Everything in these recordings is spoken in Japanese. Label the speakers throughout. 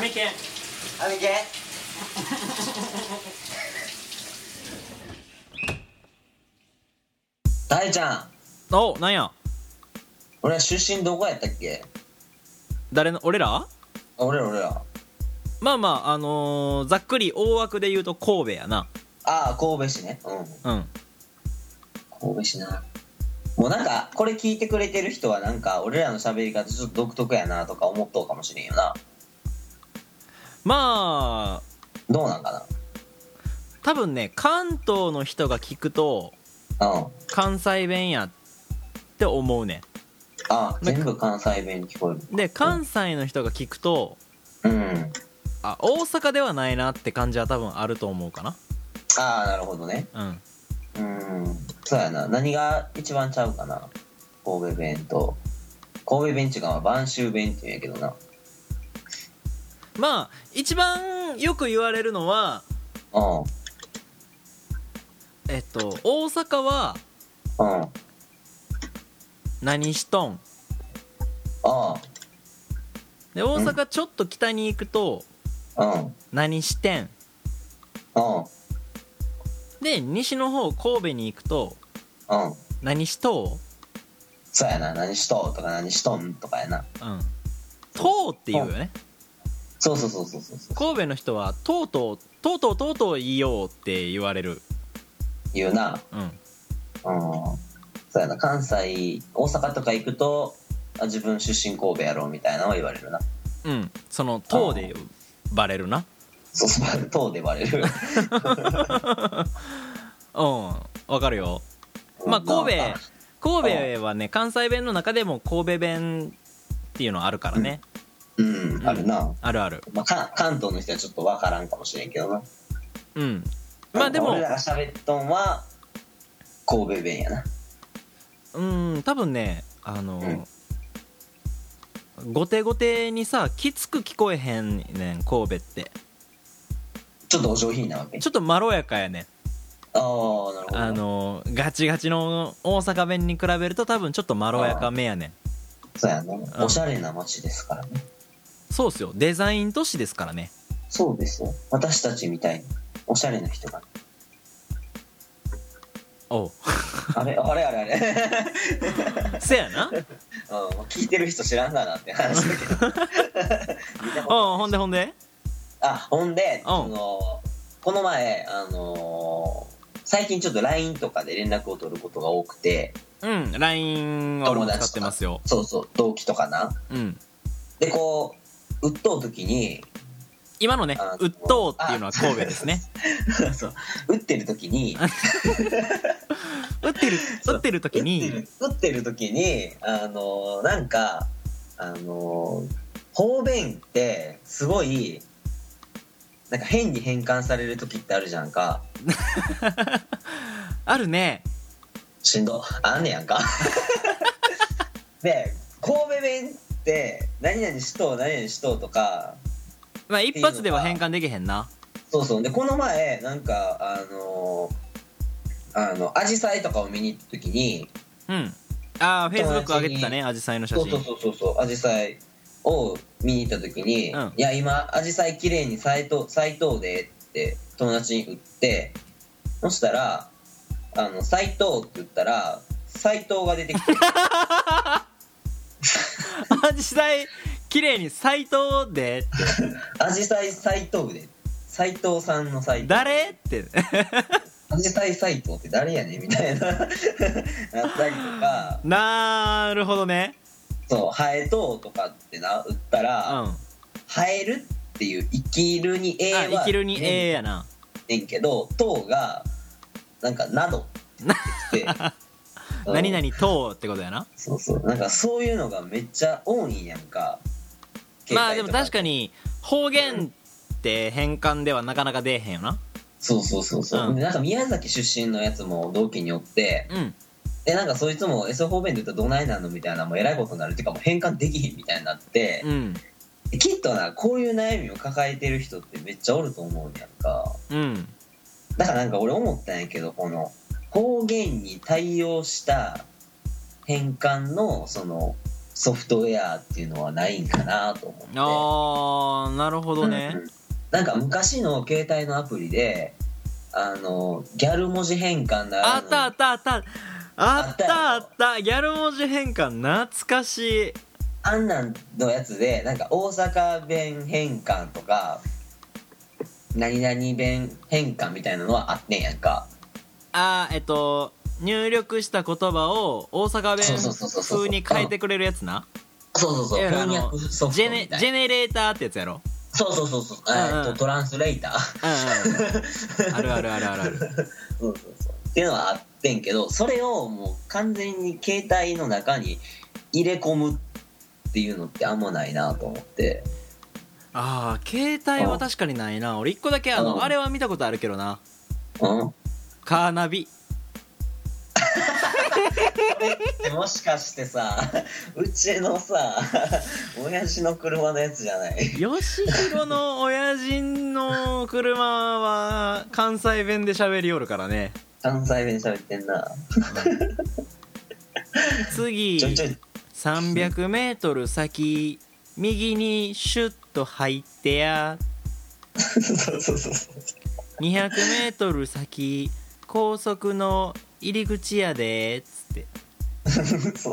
Speaker 1: メ犬
Speaker 2: あめけ 大ちゃん
Speaker 1: おなんや
Speaker 2: 俺ら出身どこやったっけ
Speaker 1: 誰の俺ら
Speaker 2: あ俺ら俺ら
Speaker 1: まあまああのーざっくり大枠で言うと神戸やな
Speaker 2: ああ神戸市ねうん
Speaker 1: うん
Speaker 2: 神戸市なもうなんかこれ聞いてくれてる人はなんか俺らの喋り方ちょっと独特やなとか思っとうかもしれんよな
Speaker 1: まあ
Speaker 2: どうなんか
Speaker 1: 多分ね関東の人が聞くと
Speaker 2: なうん
Speaker 1: 関西弁やって思うねな
Speaker 2: あ
Speaker 1: んか
Speaker 2: 全部関西弁に聞こえ
Speaker 1: んで関西の人が聞くと
Speaker 2: るうん
Speaker 1: あ大阪ではないなって感じは多分あると思うかな
Speaker 2: ああなるほどね
Speaker 1: うん
Speaker 2: うんそうやな何が一番ちゃうかな神戸弁と神戸弁っていうかまあ播州弁っていうんやけどな
Speaker 1: まあ一番よく言われるのは
Speaker 2: うん
Speaker 1: えっと大阪は
Speaker 2: うんあ
Speaker 1: 何しとん
Speaker 2: あ
Speaker 1: で大阪ちょっと北に行くと
Speaker 2: うんうん
Speaker 1: 何してんで西の方神戸に行くと
Speaker 2: うん
Speaker 1: 何しと
Speaker 2: そうやな何しとうとか何しとんとかやな
Speaker 1: ううんとうって言うよね
Speaker 2: そうそうそうそうそうそう
Speaker 1: 神戸の人はとうとうとうとうとうとう言いようって言われる
Speaker 2: 言うな
Speaker 1: うん
Speaker 2: うんそうやな関西大阪とか行くとあ自分出身神戸やろうみたいなのは言われるな
Speaker 1: うんその「とう」でバレるな
Speaker 2: そうそうとうで言われる
Speaker 1: うんわかるよまあ神戸神戸はね関西弁の中でも神戸弁っていうのあるからね、
Speaker 2: うん、あるな、
Speaker 1: あるある
Speaker 2: まあ、か関東の人はちょっと分からんかもしれんけどな
Speaker 1: うんまあでも
Speaker 2: 俺らが喋っとんは神戸弁やな
Speaker 1: うん多分ねあの、後手後手にさきつく聞こえへんねん神戸って
Speaker 2: ちょっとお上品なわけ
Speaker 1: ちょっとまろやかやねん
Speaker 2: ああなるほど
Speaker 1: あのガチガチの大阪弁に比べると多分ちょっとまろやかめやねん
Speaker 2: そうやなおしゃれな街ですからね
Speaker 1: そうっすよデザイン都市ですからね
Speaker 2: そうですよ私たちみたいにおしゃれな人が
Speaker 1: おう
Speaker 2: あれあれあれあれ、
Speaker 1: せやな
Speaker 2: うん、聞いてる人知らんがなって話だけど見
Speaker 1: おう
Speaker 2: たこと
Speaker 1: ほんでほんで
Speaker 2: あほんで
Speaker 1: ん
Speaker 2: そのこの前あのー最近ちょっと LINE とかで連絡を取ることが多くて
Speaker 1: うん LINE は俺も使ってますよ
Speaker 2: そうそう同期とかな
Speaker 1: うん
Speaker 2: でこう打っとう時に
Speaker 1: 今のね
Speaker 2: あ
Speaker 1: 「うっとう」っていうのは神戸ですね
Speaker 2: そう打ってる時に
Speaker 1: 打ってる
Speaker 2: そう
Speaker 1: 打ってる時
Speaker 2: 打って
Speaker 1: に
Speaker 2: る打ってる時にあのなんかあの方便ってすごいなんか変に変換される時ってあるじゃんか
Speaker 1: あるね
Speaker 2: しんどあんねやんかで神戸弁って何々しとう何々しとうとか
Speaker 1: まあ一発では変換できへんな
Speaker 2: そうそうでこの前なんかあのあのアジサイとかを見に行った時に
Speaker 1: うんああフェイスブック上げてたね
Speaker 2: 友
Speaker 1: アジサイの写
Speaker 2: そうそう
Speaker 1: 真
Speaker 2: そうそうそうアジサイを見に行った時に「
Speaker 1: うん
Speaker 2: いや今アジサイ綺麗に咲いと咲いとうで」って友達に売ってそしたら「あの斎藤」って言ったら斎藤が出て きて
Speaker 1: アジサイ綺麗に斎藤で
Speaker 2: 「アジサイ斎藤で」斎藤さんの斎藤
Speaker 1: 誰って
Speaker 2: アジサイ斎藤って誰やねんみたいな なったりとか
Speaker 1: なるほどね
Speaker 2: 「そうハエとう」とかってな売った
Speaker 1: うん
Speaker 2: ら「
Speaker 1: あ
Speaker 2: ハエる」っていう「生きるに A は」
Speaker 1: 生きるにええやな
Speaker 2: ねんけど「とう」がなんか「など」ってきてうん
Speaker 1: 何々とってことやな
Speaker 2: そうそうなんかそういうのがめっちゃ多いんやんか
Speaker 1: まあでも確
Speaker 2: に
Speaker 1: かに方言って変換ではなかなか出えへんよな
Speaker 2: そうそうそうそう、
Speaker 1: うん
Speaker 2: でなんか宮崎出身のやつも同期によって
Speaker 1: うん
Speaker 2: でなんかそいつも S 方面で言ったらどないなのみたいなもうえらいことになるっていうかもう変換できひんみたいになって
Speaker 1: う、ん
Speaker 2: できっとなこういう悩みを抱えてる人ってめっちゃおると思うんやんか
Speaker 1: うん
Speaker 2: だからなんか俺思ったんやけどこの方言に対応した変換のそのソフトウェアっていうのはないんかなと思って。
Speaker 1: あーなるほどね
Speaker 2: うんうんなんか昔の携帯のアプリで、あの、ギャル文字変換ならぬ
Speaker 1: あったあったあったあったあったギャル文字変換懐かしい
Speaker 2: あんなんのやつで、なんか大阪弁変換とか、何々弁変換みたいなのはあってんやんか。
Speaker 1: あーえっと入力した言葉を大阪
Speaker 2: そうそうそうそ
Speaker 1: 弁
Speaker 2: うそう
Speaker 1: 風に変えてくれるやつな
Speaker 2: そうそうそう、
Speaker 1: いわゆるあ
Speaker 2: 翻
Speaker 1: の
Speaker 2: 訳ソフ
Speaker 1: ジ
Speaker 2: ト
Speaker 1: ェ
Speaker 2: み
Speaker 1: ネ
Speaker 2: たい
Speaker 1: ジ
Speaker 2: な。
Speaker 1: ェネレーターってやつやろ
Speaker 2: そうそうそうそう、
Speaker 1: うんうん
Speaker 2: えっとトランスレーター。
Speaker 1: うんうん あるあるあるあるある
Speaker 2: そうそうそうっていうのはあってんけどそれをもう完全に携帯の中に入れ込むっていうのってあんまないなと思って
Speaker 1: ああ携帯は確かにないな俺一個だけあ
Speaker 2: うん
Speaker 1: のあれは見たことあるけどな
Speaker 2: うん
Speaker 1: カーナビ
Speaker 2: えもしかしてさ うちのさ 親父の車のやつじゃない
Speaker 1: よしひろの親父の車は関西弁で喋りよるからね
Speaker 2: 関西弁喋ってんな
Speaker 1: 次
Speaker 2: ちょいちょい
Speaker 1: 3 0 0ル先右にシュッと入ってや
Speaker 2: そうそうそうそう
Speaker 1: 2 0 0ル先高速の入り口やでつって
Speaker 2: そう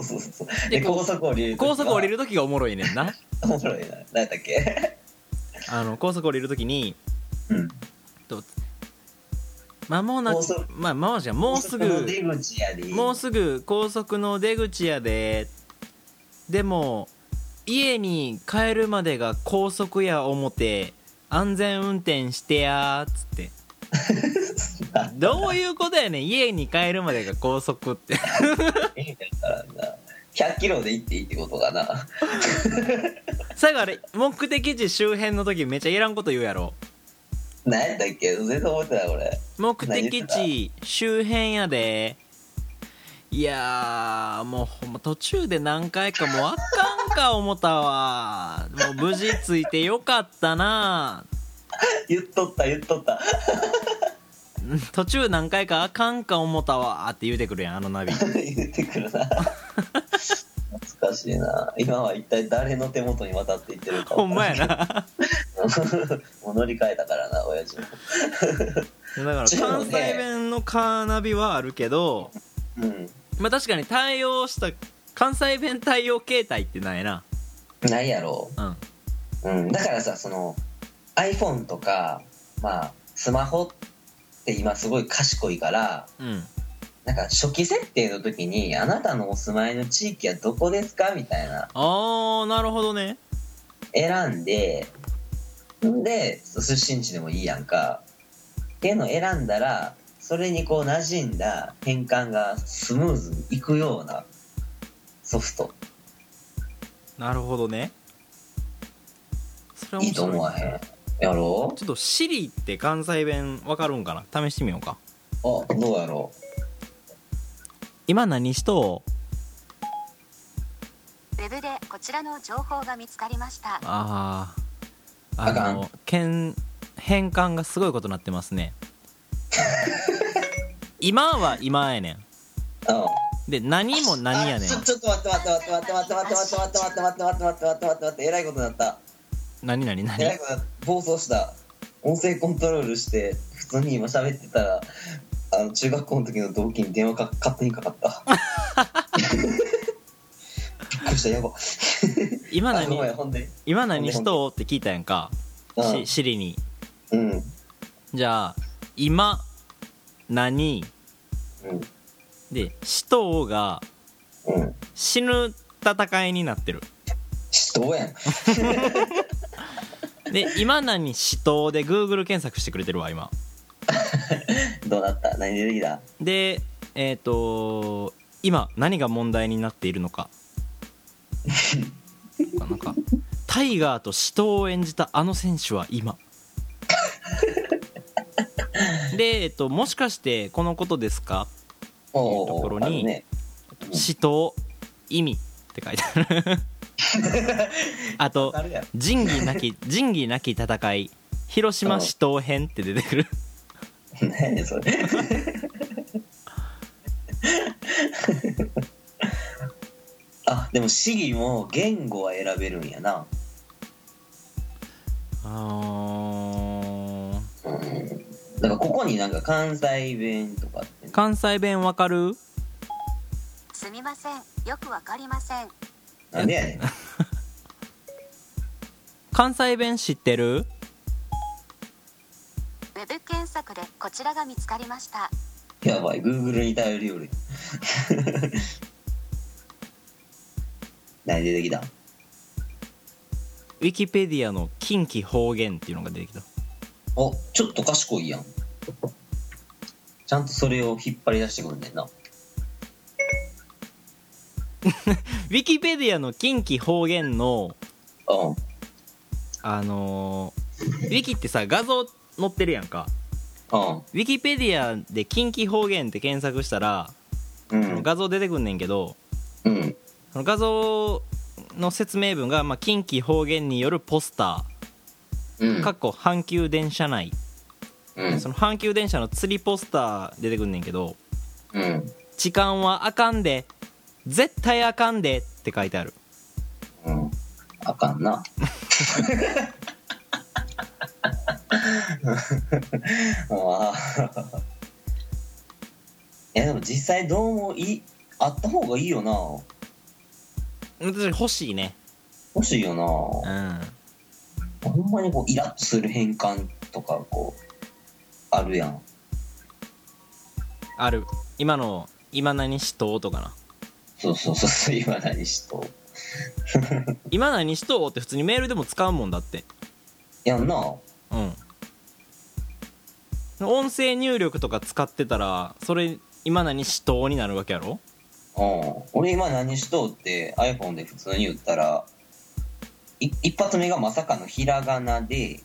Speaker 2: そうそうで
Speaker 1: でこう
Speaker 2: 高速降りる時は
Speaker 1: 高速降りる時がおもろいねんな
Speaker 2: おもろいな何だっけ
Speaker 1: あの高速降りる時に
Speaker 2: うん
Speaker 1: 間もなく
Speaker 2: 高速
Speaker 1: まあ間もなくじゃんもうすぐ
Speaker 2: 高速の出口やで
Speaker 1: もうすぐ高速の出口やででも家に帰るまでが高速や思て安全運転してやーっつって どういうことやねん家に帰るまでが高速って
Speaker 2: 意味ないからな100キロで行っていいってことかな
Speaker 1: 最後あれ目的地周辺の時めっちゃいらんこと言うやろ
Speaker 2: 何やったっけ全然覚えてない俺
Speaker 1: 目的地周辺やでいやーもうほんま途中で何回かもうあかんか思ったわもう無事ついてよかったな
Speaker 2: 言っとった言っとった
Speaker 1: うん途中何回かあかんか思ったわーって言うてくるやんあのナビ
Speaker 2: 言ってくるな懐かしいな今は一体誰の手元に渡っていってるか
Speaker 1: ほんまやなだか
Speaker 2: もう乗り換えたからな親父も
Speaker 1: ら関西弁のカーナビはあるけど
Speaker 2: うん
Speaker 1: まあ確かに対応した関西弁対応形態ってないな
Speaker 2: ないやろ
Speaker 1: うん
Speaker 2: う、うん、だからさその iPhone とかまあスマホって今すごい賢いから
Speaker 1: うん
Speaker 2: なんか初期設定の時に「あなたのお住まいの地域はどこですか?」みたいな
Speaker 1: ああなるほどね
Speaker 2: 選んでんで出身地でもいいやんかっていうのを選んだらそれにこう馴染んだ変換がスムーズにいくようなソフト
Speaker 1: なるほどねそれ
Speaker 2: いいと思わへんやろ
Speaker 1: ちょっと Siri って関西弁わかるんかな試してみようか
Speaker 2: あどうやろ
Speaker 1: 今何しとう
Speaker 3: ウェブでこちらの情報が見つかりました。
Speaker 1: ああ
Speaker 2: あか
Speaker 1: あ
Speaker 2: ん
Speaker 1: のけん変換がすごいことになってます ね今は今やね
Speaker 2: ううん
Speaker 1: んで何も何やね
Speaker 2: あちょちょっと待って待って待って待って待って待って待って待って待って待って待って待って待って待ってえらいことになった
Speaker 1: ん何何何
Speaker 2: えらいことになった暴走した音声コントロールして普通に今喋ってたらあの中学校の時の同期に電話か勝手にかかったびっくりしたやば
Speaker 1: 今
Speaker 2: あごめん
Speaker 1: 何
Speaker 2: ほんで
Speaker 1: 今何しとうって聞いたやんか
Speaker 2: うん
Speaker 1: し Siri に
Speaker 2: うんうん
Speaker 1: じゃあ今何でしとうが
Speaker 2: うん
Speaker 1: 死ぬ戦いになってる
Speaker 2: どうやん
Speaker 1: で今何死闘で Google 検索してくれてるわ今
Speaker 2: どうなった何出てきた
Speaker 1: でえっ、と今何が問題になっているのかなんかタイガーと死闘を演じたあの選手は今で、えっともしかしてこのことですか
Speaker 2: おうおうおう
Speaker 1: ところに
Speaker 2: あるねうん
Speaker 1: 死闘意味って書いてあるあと
Speaker 2: あるやん
Speaker 1: 仁義な き仁義なき戦い広島死闘編って出てくる
Speaker 2: 何やね んそれ ああでも市議も言語は選べるんやな
Speaker 1: あー
Speaker 2: うんだからここになんか関西弁とかって
Speaker 1: 関西弁わかる
Speaker 3: すみません。よくわかりません。
Speaker 2: なんでやねん
Speaker 1: 関西弁知ってる
Speaker 3: ウェブ検索でこちらが見つかりました。
Speaker 2: やばい、Google に頼りよる。 何出てきた
Speaker 1: ウィキペディアの近畿方言っていうのが出てきた
Speaker 2: お、ちょっと賢いやん。ちゃんとそれを引っ張り出してくんねんな。
Speaker 1: ウィキペディアの近畿方言の
Speaker 2: うん。
Speaker 1: あのーウィキってさ画像載ってるやんかウィキペディアで近畿方言って検索したら
Speaker 2: うん。
Speaker 1: その
Speaker 2: うん。
Speaker 1: 画像出てくんねんけど
Speaker 2: うん。
Speaker 1: その画像の説明文が、まあ、近畿方言によるポスタ
Speaker 2: う
Speaker 1: ー
Speaker 2: ん。
Speaker 1: かっこ阪急電車内
Speaker 2: うん
Speaker 1: そ。の阪急電車の釣りポスター出てくんねんけど
Speaker 2: うん。
Speaker 1: 「痴漢はあかんで絶対あかんで」って書いてある
Speaker 2: うん。あかんな。 ああ。いや、でも実際どうもいい、あった方がいいよな。
Speaker 1: 私欲しいね
Speaker 2: 欲しいよな。
Speaker 1: うん
Speaker 2: ほんまにこうイラッとする変換とかこうあるやん
Speaker 1: ある今の「今何しとう」とかな
Speaker 2: そうそうそうそう今何しと
Speaker 1: 「今何しとう」って普通にメールでも使うもんだって
Speaker 2: やんな
Speaker 1: うん音声入力とか使ってたらそれ「今何しとう」になるわけやろ
Speaker 2: うん俺今何しとうって iPhone で普通に言ったらい一発目がまさかのひらがなで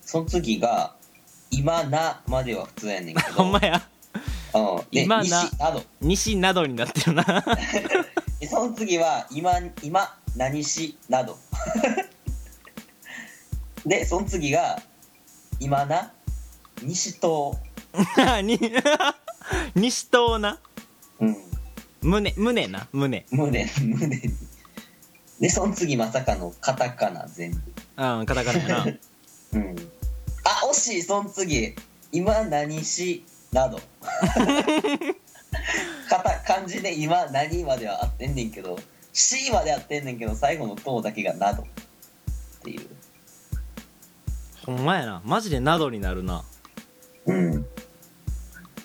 Speaker 2: その次が「今な」までは普通やねんけど
Speaker 1: ほんまや
Speaker 2: うんで
Speaker 1: 今な
Speaker 2: 西など
Speaker 1: 西などになってるな
Speaker 2: でその次は今「今何し」など でその次が「今な西と
Speaker 1: に 西とうな
Speaker 2: うん
Speaker 1: 胸胸な胸
Speaker 2: 胸胸にでその次まさかのカタカナ全部
Speaker 1: うんカタカナやな
Speaker 2: うんあ惜しいその次「今何し」などカタ漢字で「今何」までは合ってんねんけど「し」まで合ってんねんけど最後の「と」だけが「など」っていう
Speaker 1: ほんまやなマジでなどになるな
Speaker 2: うん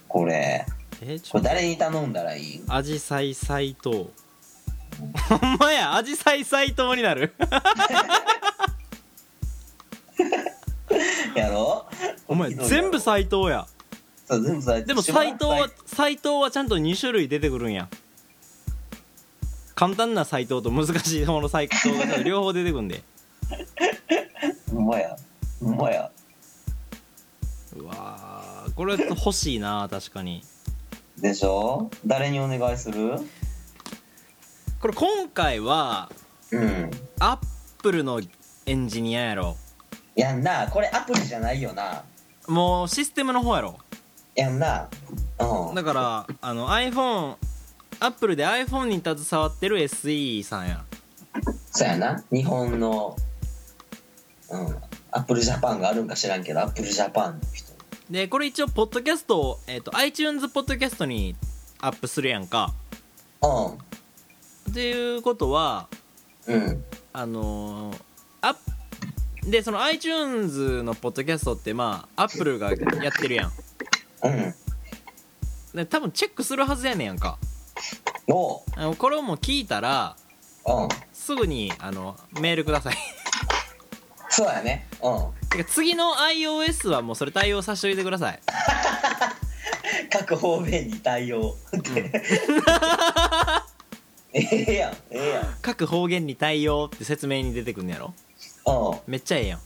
Speaker 2: これ
Speaker 1: えち
Speaker 2: こ
Speaker 1: ょっと
Speaker 2: れ誰に頼んだらいい
Speaker 1: アジサイ斎藤ほんまやアジサイ斎藤になる
Speaker 2: やろ
Speaker 1: お前全部斎藤や
Speaker 2: そう全部さ
Speaker 1: でも斎藤は斎藤はちゃんと2種類出てくるんや簡単な斎藤と難しい方の斎藤がちゃんと両方出てくんで
Speaker 2: ほんまやほんまや
Speaker 1: うわーこれ欲しいな確かに
Speaker 2: でしょ誰にお願いする
Speaker 1: これ今回は
Speaker 2: うん
Speaker 1: アップルのエンジニアやろ
Speaker 2: やんなこれアプリじゃないよな
Speaker 1: もうシステムの方やろ
Speaker 2: やんなうん
Speaker 1: だからあの iPhone アップルで iPhone に携わってる SE さんや
Speaker 2: そうやな日本のうんアップルジャパンがあるんか知らんけどアップルジャパンの人
Speaker 1: でこれ一応ポッドキャストを、えー、と iTunes ポッドキャストにアップするやんかっていうことは
Speaker 2: うんうん
Speaker 1: あのーアッでその iTunes のポッドキャストってまあアップルがやってるやん
Speaker 2: うん
Speaker 1: で多分チェックするはずやねんやんか
Speaker 2: おう
Speaker 1: あのこれをもう聞いたら
Speaker 2: うん
Speaker 1: すぐにあのメールください
Speaker 2: そうやねうん
Speaker 1: てか次の iOS はもうそれ対応させておいてください
Speaker 2: 各方面に対応 ええやんええやん
Speaker 1: 各方言に対応って説明に出てくんのやろ
Speaker 2: うん
Speaker 1: めっちゃええやん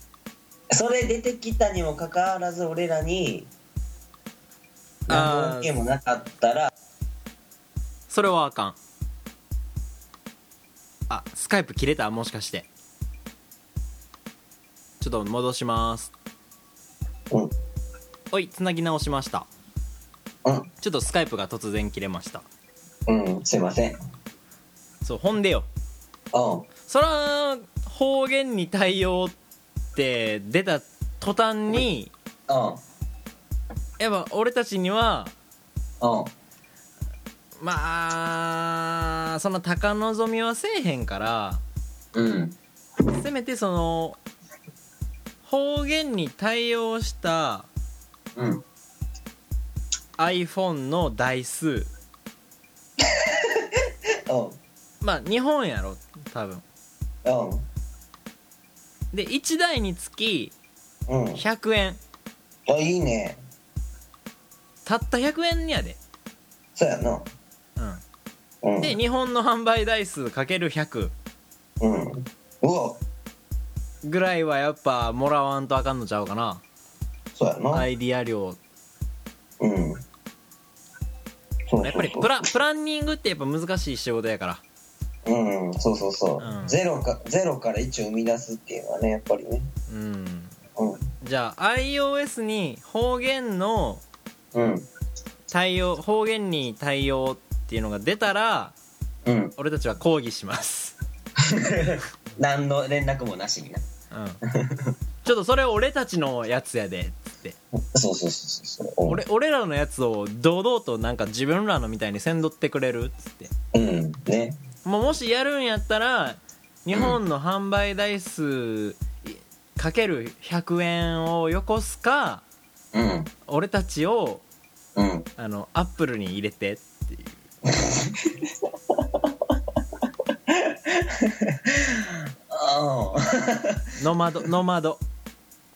Speaker 2: それ出てきたにもかかわらず俺らに何の
Speaker 1: あー
Speaker 2: 恩恵もなかったら
Speaker 1: それはあかんあスカイプ切れたもしかしてちょっと戻します
Speaker 2: うんうん
Speaker 1: おいつなぎ直しましたちょっとスカイプが突然切れました
Speaker 2: うんすいません
Speaker 1: そうほんでよ
Speaker 2: うん
Speaker 1: そら方言に対応って出た途端に
Speaker 2: う
Speaker 1: やっぱ俺たちには
Speaker 2: んうん
Speaker 1: まあそんな高望みはせえへんから
Speaker 2: うん
Speaker 1: せめてその方言に対応した
Speaker 2: うん
Speaker 1: iPhone の台数
Speaker 2: うん
Speaker 1: まあ日本やろ多分
Speaker 2: うん
Speaker 1: で1台につき
Speaker 2: うん
Speaker 1: 100円
Speaker 2: あいいね
Speaker 1: たった100円やで、
Speaker 2: そうやな
Speaker 1: う
Speaker 2: うん
Speaker 1: ん、で日本の販売台数 ×100
Speaker 2: うんうわ
Speaker 1: ぐらいはやっぱもらわんとあかんのちゃうかな
Speaker 2: そうやな、
Speaker 1: アイディア量
Speaker 2: うんそうそうそう
Speaker 1: やっぱりプラプランニングってやっぱ難しい仕事やから
Speaker 2: うんそうそうそう、
Speaker 1: うん
Speaker 2: ゼロかゼロから1を生み出すっていうのはねやっぱりね
Speaker 1: うん
Speaker 2: うん
Speaker 1: じゃあ iOS に方言の
Speaker 2: うん
Speaker 1: 対応方言に対応っていうのが出たら
Speaker 2: うん
Speaker 1: 俺たちは抗議します
Speaker 2: 何の連絡もなしにな
Speaker 1: うんちょっとそれ俺たちのやつやでっつって
Speaker 2: そうそうそうそうそう
Speaker 1: 俺俺らのやつを堂々となんか自分らのみたいにせんどってくれるっつって
Speaker 2: うんね
Speaker 1: もうもしやるんやったら日本の販売台数かける100円をよこすか
Speaker 2: うん
Speaker 1: 俺たちを
Speaker 2: うん
Speaker 1: あのアップルに入れてっていう
Speaker 2: あ
Speaker 1: ノマドノマド
Speaker 2: あ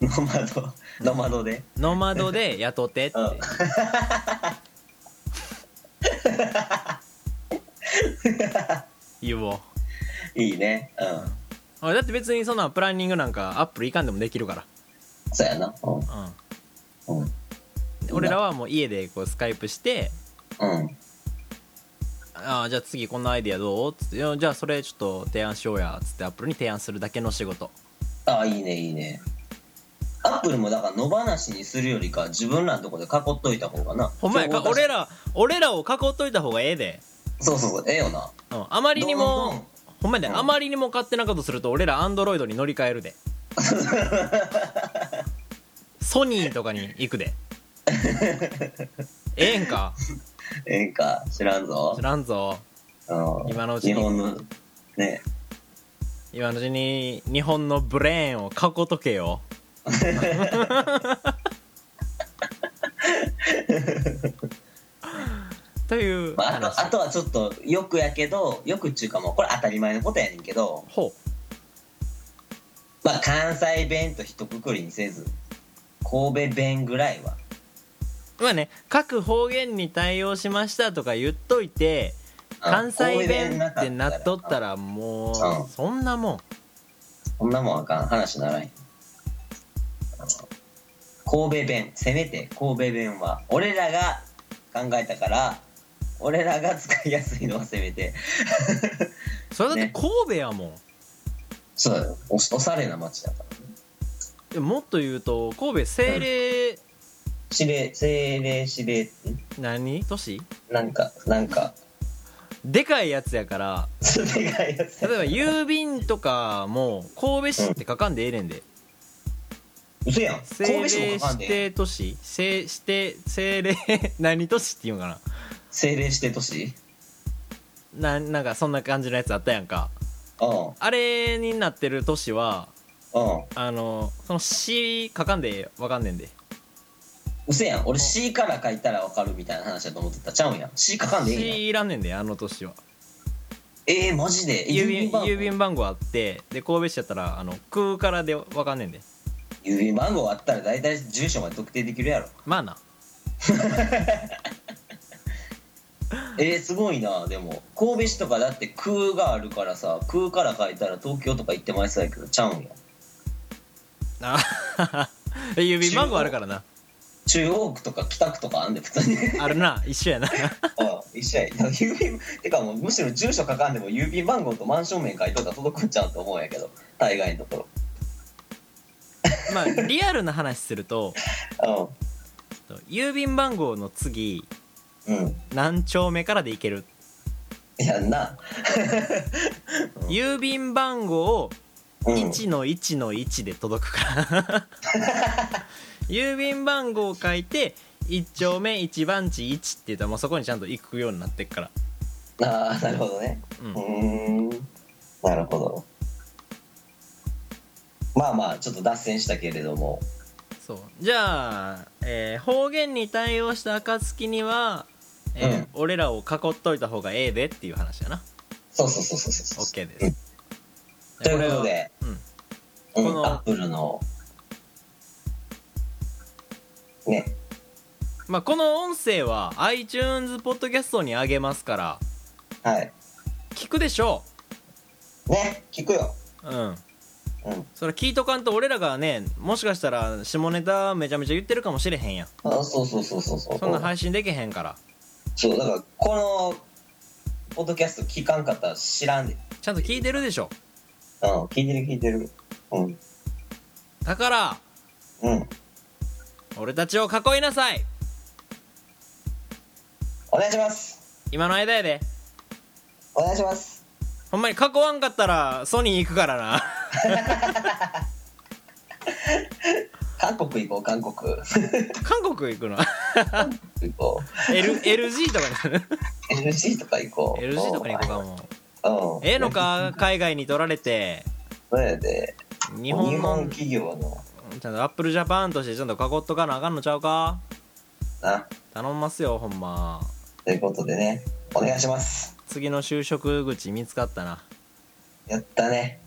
Speaker 2: ノマドノマドで
Speaker 1: ノマドで雇ってっていう
Speaker 2: うん
Speaker 1: 言おう
Speaker 2: いいねう
Speaker 1: あだって別にそんなプランニングなんかアップルいかんでもできるか
Speaker 2: んそうやなうん
Speaker 1: ら、
Speaker 2: うん
Speaker 1: うん、俺らはもう家でこうスカイプして
Speaker 2: うん
Speaker 1: 「ああじゃあ次こんなアイディアどう?」っつっていや「じゃあそれちょっと提案しようや」っつってアップルに提案するだけの仕事
Speaker 2: ああいいねいいねアップルもだから野放しにするよりか自分らのとこで囲っといた方がな
Speaker 1: ほんまやか俺ら俺らを囲っといた方がええで、
Speaker 2: そうそうそうええよな
Speaker 1: うん、あまりにも
Speaker 2: どんどん
Speaker 1: ほんまやで、
Speaker 2: うん
Speaker 1: あまりにも勝手なことすると俺らアンドロイドに乗り換える でソニーとかに行くでええん か
Speaker 2: ええんか知らんぞ
Speaker 1: 知らんぞ
Speaker 2: うん
Speaker 1: 今のうちに
Speaker 2: 日本のね
Speaker 1: 今のうちに日本のブレーンを囲っとけよという
Speaker 2: まあ、あ
Speaker 1: 話、
Speaker 2: とあとはちょっとよくやけどよくっちゅうかもうこれ当たり前のことやねんけど、
Speaker 1: ほ
Speaker 2: まあ、関西弁と一括りにせず神戸弁ぐらいは
Speaker 1: うまあね各方言に対応しましたとか言っといて
Speaker 2: あ
Speaker 1: 関西弁
Speaker 2: 神戸
Speaker 1: ってなっとった
Speaker 2: ら
Speaker 1: らも
Speaker 2: うん
Speaker 1: うそんなもん
Speaker 2: そんなもんあかん話ならへんあの神戸弁せめて神戸弁は俺らが考えたから俺らが使いやすいのはせめて
Speaker 1: それだって
Speaker 2: ね
Speaker 1: 神戸やもん、
Speaker 2: そうだよおおしゃれな町だから
Speaker 1: でももっと言うと神戸政令、
Speaker 2: 司令政令司令ん
Speaker 1: 何都市
Speaker 2: なんかなんか
Speaker 1: でかいやつやから
Speaker 2: それがやつ
Speaker 1: 例えば郵便とかも神戸市って書かんでええねんで
Speaker 2: 嘘やん神
Speaker 1: 政
Speaker 2: 戸市
Speaker 1: 令
Speaker 2: もかかん
Speaker 1: 指
Speaker 2: でえ
Speaker 1: 定
Speaker 2: え
Speaker 1: 都市政指定政令何都市っていうんかな
Speaker 2: 政令指定都市
Speaker 1: なんなんかそんな感じのやつあったやんか
Speaker 2: うん
Speaker 1: あれになってる都市は
Speaker 2: うん
Speaker 1: あのその市書かんでわかんねんで
Speaker 2: 嘘やん俺 C から書いたらわかるみたいな話だと思ってたちゃうんやん C 書かんでいいんや
Speaker 1: 市いらんねんであの都市は
Speaker 2: えー、マジで
Speaker 1: 郵便
Speaker 2: 番号
Speaker 1: 郵便番号あってで神戸市やったらあの空からでわかんねんで
Speaker 2: 郵便番号あったら大体住所まで特定できるやろ
Speaker 1: まあな
Speaker 2: えー、すごいなでも神戸市とかだって空があるからさ空から書いたら東京とか行ってまいそうやけどちゃうんやん
Speaker 1: あ郵便番号あるからな
Speaker 2: 中央区とか北区とかあんで普通に
Speaker 1: あるな一緒やな
Speaker 2: あ一緒や郵便てかもうむしろ住所書かんでも郵便番号とマンション名書いとったら届くんちゃうと思うんやけど大概のとこ
Speaker 1: まあリアルな話すると
Speaker 2: ろ
Speaker 1: 郵便番号の次
Speaker 2: うんうん
Speaker 1: 何丁目からでいける
Speaker 2: いやんな、
Speaker 1: 郵便番号を
Speaker 2: うん、
Speaker 1: 1の1の1で届くから 郵便番号を書いて1丁目1番地1って言ったらもうそこにちゃんと行くようになってっから
Speaker 2: ああなるほどね
Speaker 1: う
Speaker 2: うんーんなるほどまあまあちょっと脱線したけれども
Speaker 1: そうじゃあ、えー方言に対応した暁には、えー
Speaker 2: うん
Speaker 1: 俺らを囲っといた方がええでっていう話やな
Speaker 2: そうそうそうそうそうそう
Speaker 1: OK です
Speaker 2: んということで、
Speaker 1: これはうん、
Speaker 2: うん
Speaker 1: この
Speaker 2: アップルのね
Speaker 1: まあ、この音声は iTunes ポッドキャストにあげますから
Speaker 2: はい
Speaker 1: 聞くでしょ
Speaker 2: ね聞くよ
Speaker 1: ううん
Speaker 2: うん
Speaker 1: それ聞いとかんと俺らがねもしかしたら下ネタめちゃめちゃ言ってるかもしれへんやん
Speaker 2: あそうそうそうそうそう
Speaker 1: そんな配信できへんから
Speaker 2: そうだからこのポッドキャスト聞かんかったら知らんで
Speaker 1: ちゃんと聞いてるでしょ
Speaker 2: うん聞いてる聞いてるうん
Speaker 1: だから
Speaker 2: うん
Speaker 1: 俺たちを囲いなさい
Speaker 2: お願いします
Speaker 1: 今の間やで
Speaker 2: お願いします
Speaker 1: ほんまに囲わんかったらソニー行くからな
Speaker 2: 韓国行こう韓国
Speaker 1: 韓国行くの
Speaker 2: 行こ
Speaker 1: L LG とかになる
Speaker 2: う LG とか行こう
Speaker 1: LG とかに行こうかも
Speaker 2: うん
Speaker 1: ええのか海外に取られて
Speaker 2: そうやで
Speaker 1: 日
Speaker 2: 日
Speaker 1: 本
Speaker 2: 本
Speaker 1: の
Speaker 2: 企業の
Speaker 1: ちゃんとアップルジャパンとしてちゃんと囲っとかなあかんのちゃうか
Speaker 2: な
Speaker 1: 頼んますよほんま
Speaker 2: ということでねお願いします
Speaker 1: 次の就職口見つかったな
Speaker 2: やったね